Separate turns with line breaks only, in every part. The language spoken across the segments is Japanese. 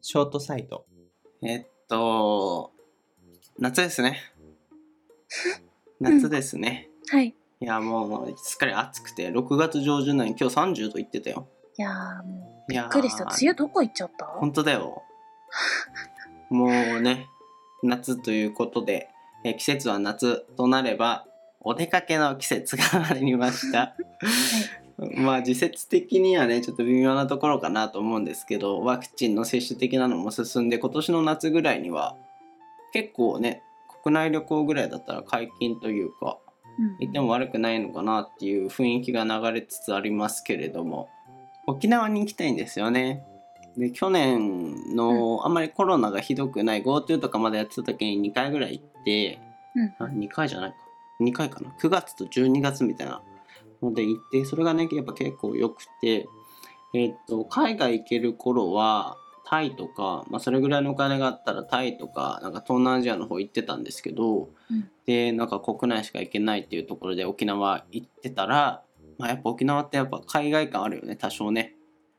ショートサイト。
えっと、夏です ね。夏ですね。
はい。
いや、もう、すっかり暑くて、6月上旬なのに今日30度いってたよ。
いやー、も
いや
う、
ー
びっくりした。梅雨どこ行っちゃった
本当だよ。もうね、夏ということで、えー季節は夏となれば、お出かけの季節がありました。まあ、時節的にはね、ちょっと微妙なところかなと思うんですけど、ワクチンの接種的なのも進んで、今年の夏ぐらいには、結構ね、国内旅行ぐらいだったら解禁というか、
うん
行っても悪くないのかなっていう雰囲気が流れつつありますけれども沖縄に行きたいんですよね。で去年のあんまりコロナがひどくない GoTo とかまでやってた時に2回ぐらい行って
うん
あ2回じゃないか2回かな9月と12月みたいなので行ってそれがねやっぱ結構良くて、えっと海外行ける頃はタイとか、まあ、それぐらいのお金があったらタイとかなんか東南アジアの方行ってたんですけど、
うん
でなんか国内しか行けないっていうところで沖縄行ってたら、まあ、やっぱ沖縄ってやっぱ海外感あるよね多少ね。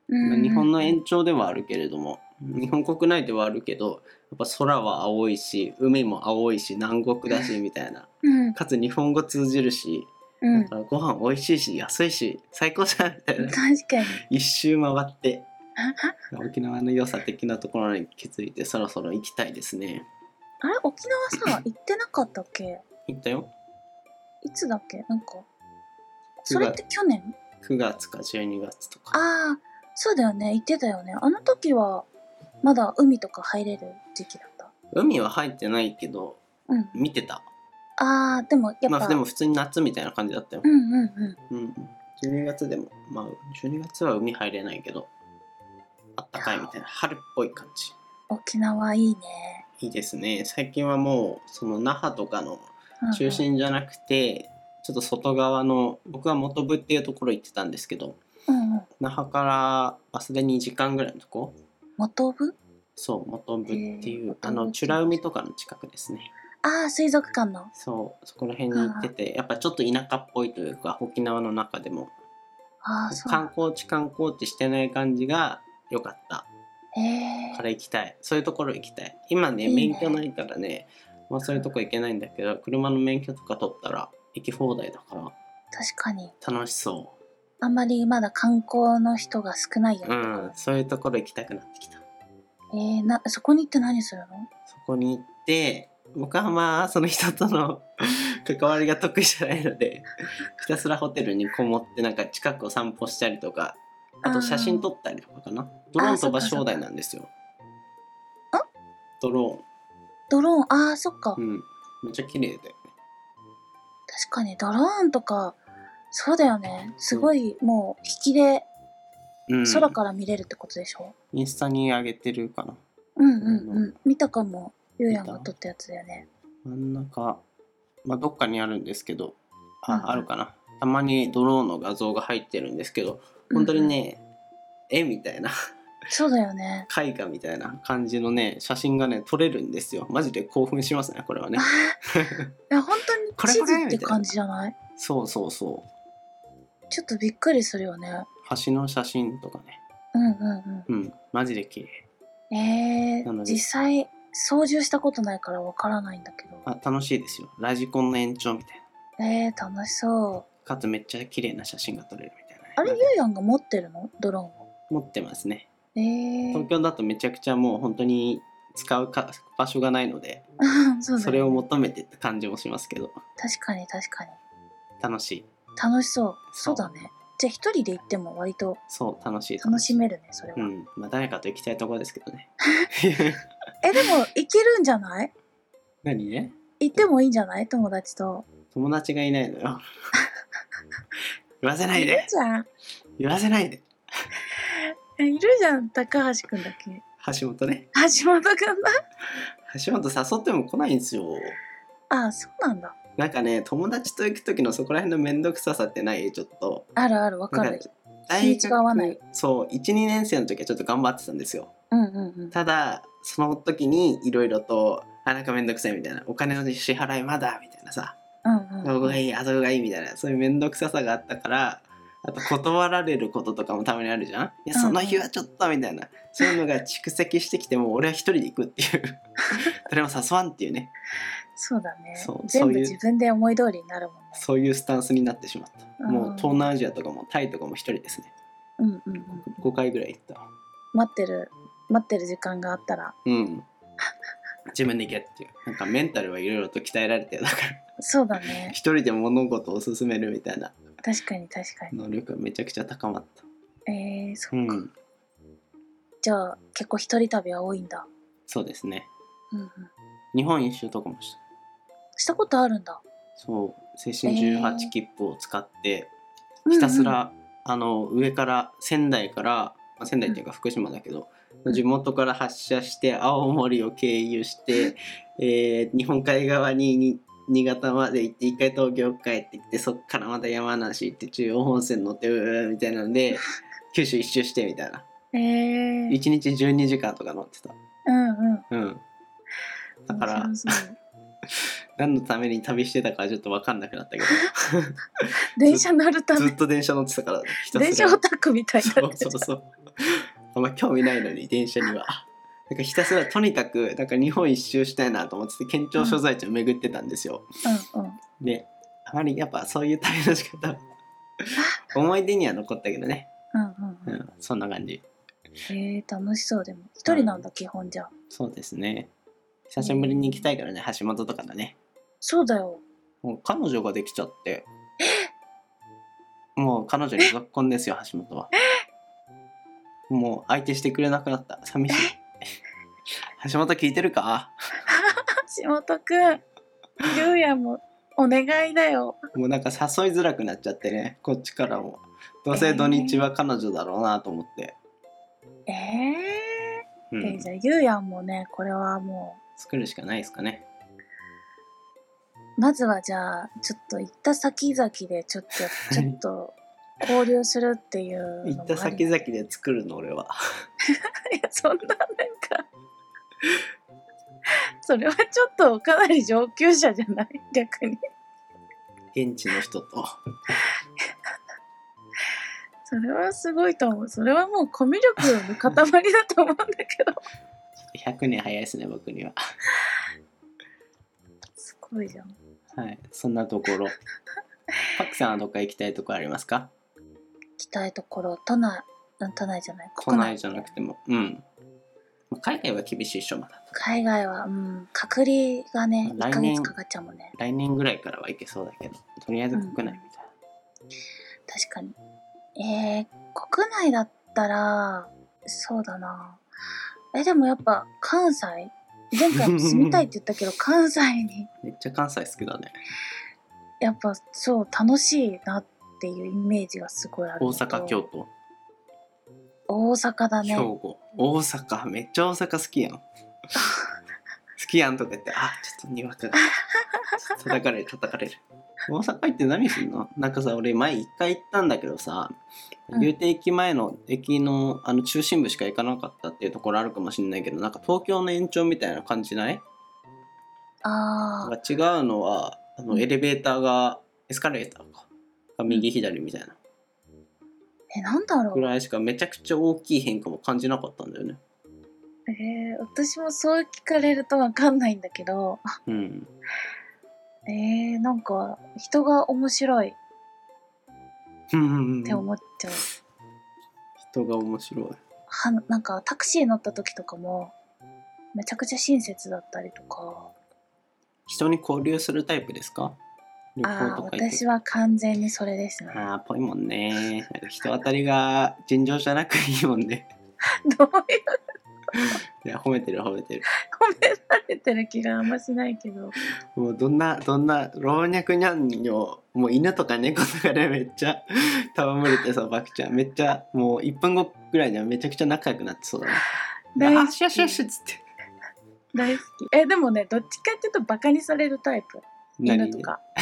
うん
日本の延長ではあるけれども日本国内ではあるけどやっぱ空は青いし海も青いし南国だしみたいな
うん。
かつ日本語通じるし
う
だ
ん。
か
確
らご飯美味しいし安いし最高じゃんみたい な
かに。
一周回って沖縄の良さ的なところに気づいてそろそろ行きたいですね
あれ沖縄さ、行ってなかったっけ
行ったよ
いつだっけなんか。それって去年
9月か12月とか
ああ、そうだよね。行ってたよね。あの時は、まだ海とか入れる時期だった。
海は入ってないけど
うん。
見てた
ああ、でも、やっぱ。
まあでも普通に夏みたいな感じだったよ
うんうんうん。
うん、12月でもまあ12月は海入れないけどあったかいみたいな春っぽい感じ
沖縄いいね。
いいですね最近はもうその那覇とかの
うんうん
中。心じゃなくて、ちょっと外側の僕は本部っていうところ行ってたんですけど
うんうん。
那覇からバスで2時間ぐらいのとこ
元部
そう本部ってい
へ
う
ー
あの美ら海とかの近くですね
ああ、水族館の。
そうそこら辺に行っててやっぱちょっと田舎っぽいというか沖縄の中でも
ああ、そう。
観光地観光地してない感じが良かった
へえ
か。ら行きたいそういうところ行きたい今ね
いいね
免許ないからねまあ、そういうとこ行けないんだけど車の免許とか取ったら行き放題だか
確かに。
ら楽しそ
あんまりまだ観光の人が少ないよ
うう
ね。
んそういうところ行きたくなってきた
えー、なそこに行って何するの
そこに行って僕はまあその人との 関わりが得意じゃないのでひたすらホテルにこもってなんか近くを散歩したりとかあと写真撮ったりとかかなドローン飛ばし放題なんですよ
あ
ドロ
ドローンあーそっか、
ーンうんめっちゃ綺麗で
確かにドローンとかそうだよねすごいもう引きで
うん
空から見れるってことでしょ、
インスタに上げてるかな
うん、うんうん
う
見たかもゆうやんが
見た
撮ったやつだよね
真ん中、まあ、どっかにあるんですけどあ,、
うんうん
あるかなたまにドローンの画像が入ってるんですけど本当に
うんうん
ね、絵みたいな
そうだよね
絵画みたいな感じのね写真がね撮れるんですよマジで興奮しますねこれは ね
いや本 当
こ
に
れ
地
これ
図って感じじゃない
そうそうそう
ちょっとびっくりするよね
橋の写真とかね
うんうん
うんマジで綺麗
うんえ
なの
ー、
で
実際操縦したことないからわからないんだけど
あ楽しいですよラジコンの延長みたいな
えー、楽しそう
かつめっちゃ綺麗な写真が撮れるみたいなね、
あれゆうやんが持ってるのドローンを
持ってますね
えー、
東京だとめちゃくちゃもう本当に使うか場所がないので
そうだよね
それを求めてって感じもしますけど
確かに確かに
楽しい
楽しそう
そ
そううだねじゃあ一人で行っても割と
そう楽しい
楽しめるねそれは、
うんまあ誰かと行きたいところですけど ね
えでも行けるんじゃない
何ね
行ってもいいんじゃない友達と
友達がいないのよ言わせない
いる
で
じゃん
言わせないで
えいるじゃん高橋くんだっけ
橋本ね
橋本くんだ
橋本誘っても来ないんですよ
あそうなんだ
なんかね友達と行く時のそこら辺の面倒くささってないちょっと
あるあるわか
なん
る
か
日にちが合わない
そう12年生の時はちょっと頑張ってたんですよ
うんうんうん
ただその時にいろいろとあなんかめんどくさいみたいなお金の支払いまだみたいなさ
うんうん
ここがいいあそこがいいみたいなそういうめんどくささがあったからあと断られることとかもたまにあるじゃんいや
うん
その日はちょっとみたいなそういうのが蓄積してきてもう俺は一人で行くっていう誰も誘わんっていうね
そうだね
そう
全
そう
部
いう
自分で思い通りになるもんね
そういうスタンスになってしまったもう
うん
東南アジアとかもタイとかも一人ですね
うんうんうん
5回ぐらい行ったわ
待ってる待ってる時間があったら
うん自分で行けっていうなんかメンタルはいろいろと鍛えられてだから
そうだ
一
ね
人で物事を進めるみたいな
確かに確かに
能力がめちゃくちゃ高まっ
えー、そったか、
うん
じゃあ結構一人旅は多いんだ
そうですね
うんうん
日本一周とかもした
したことあるんだ
そう青春
えー
18切符を使って、ひたすら、あの上から仙台から、まあ、仙台っていうか福島だけど、
うん
地元から発車して青森を経由して、えー日本海側にに新潟まで行って一回東京帰ってきてそっからまた山梨行って中央本線乗ってうーみたいなので九州一周してみたいな
うんうん、えー、
1日12時間とか乗ってた
うんうん
うんだから
面白そう
何のために旅してたかはちょっと分かんなくなったけど
電車乗 るた
ず
め
っと電車乗ってたからひたすら
電車オタクみたいに
そ
なっ
う
て
そ
る
うそう。あんま興味ないのに電車には。なんかひたすらとにかくなんか日本一周したいなと思ってて県庁所在地を巡ってたんですよ。
うんうん
であまりやっぱそういう旅の仕方は思い出には残ったけどね、
うんうん
う
うん
ん、そんな感じ
えー、楽しそうでも一人なんだ、基本じゃ
そうですね久しぶりに行きたいからね橋本とかだね
そうだよ
もう彼女ができちゃってもう彼女に続婚ですよ橋本はもう相手してくれなくなった寂しい橋本聞いてるか
橋本くんゆうやもお願いだよ
もうなんか誘いづらくなっちゃってねこっちからもどうせ土日は彼女だろうなと思って、
ええ
う
ー
ん
えーじゃあゆうやんもねこれはも
作るしかないですかね
うまずはじゃあちょっと行った先々でちょっとちょっと交流するっていうの
行
も
った
あり
先々で作るの俺は
いやそんななんかそれはちょっとかなり上級者じゃない逆に
現地の人と
それはすごいと思うそれはもうコミュ力の塊だと思うんだけど
100年早いですね僕には
すごいじゃん
はいそんなところパクさんはどっか行きたいとこありますか
行きたいところ都内うん都内じゃない
都内じゃなくてもうんまあ海外は厳しいっしょまだ
海外は、うん、隔離がね
来
1ヶ
年
月かかっちゃうもんね
来年ぐらいからは行けそうだけどとりあえず国内みたい
確かにえー、国内だったらそうだなえでもやっぱ関西前回も住みたいって 言ったけど関西に
な、めっちゃ関西好きだね
やっぱそう楽しいなっていうイメージがすごいある
大
のと
阪京都
大阪だ
兵
ね
庫大阪めっちゃ大阪好きやん 好きやんとか言ってあちょっとにわかが叩かれる叩かれる大阪行って何すんのなんかさ俺前一回行ったんだけどさ
うん
言うて駅前の駅のあの中心部しか行かなかったっていうところあるかもしれないけどなんか東京の延長みたいな感じないな
あ
んか違うのはあ
う
の
ん
エレベーターがエスカレーターかが右左みたいな
ーえなんだろ
ぐ
う
らいしかめちゃくちゃ大きい変化も感じなかったんだよね
えー、私もそう聞かれるとわかんないんだけど
うん
えー、なんか人が面白いっ
うん
て思っちゃう、
人が面白い
はなんかタクシー乗った時とかもめちゃくちゃ親切だったりとか
人に交流するタイプですか旅行
ああ
とか行
私
く
は完全にそれですね
ああぽいもんねなんか人当たりが尋常じゃなくいいもんね
どういう
いや褒めてる褒めてる
褒められてる気があんましないけど
もうどんなどんな老若にゃんにょもう犬とか猫とかでめ っちゃ戯れてさバクちゃんめっちゃもう1分後ぐらいにはめちゃくちゃ仲良くなってそうだね
大好
あ
き
しよしよしっつって
大好きえでもねどっちかっていうとバカにされるタイプ犬とか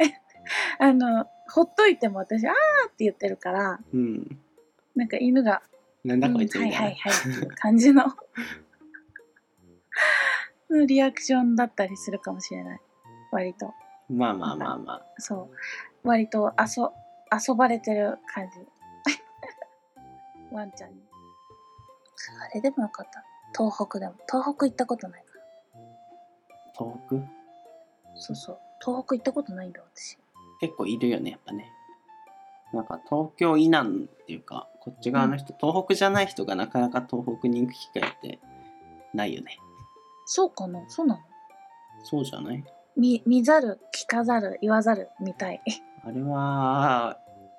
えあのほっといても私「あー」って言ってるから
何うん
なんか犬が
なんだこいつ
うんは
み
い
たいな、
はいはいっていう感じののリアクションだったりするかもしれない割と
まあまあまあまあ
そう割と遊遊ばれてる感じ ワンちゃんにあれでもよかった東北でも東北行ったことないから
東北
そうそう東北行ったことないんだ私
結構いるよねやっぱねなんか東京以南っていうかこっち側の人、東北じゃない人がなかなか東北に行く機会ってないよね
そうかなそうなの
そうじゃない
見見ざる聞かざる言わざるみたい
あれは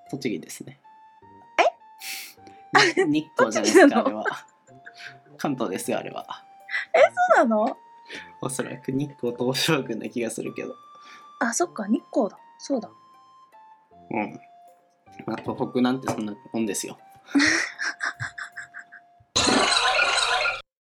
栃木ですねえ日光じゃないですかあ
栃木
れは 関東ですよあれは
そうなの
おそらく日光東照宮な気がするけど
あそっか日光だそうだ
うんまあ東北なんてそんなもんですよ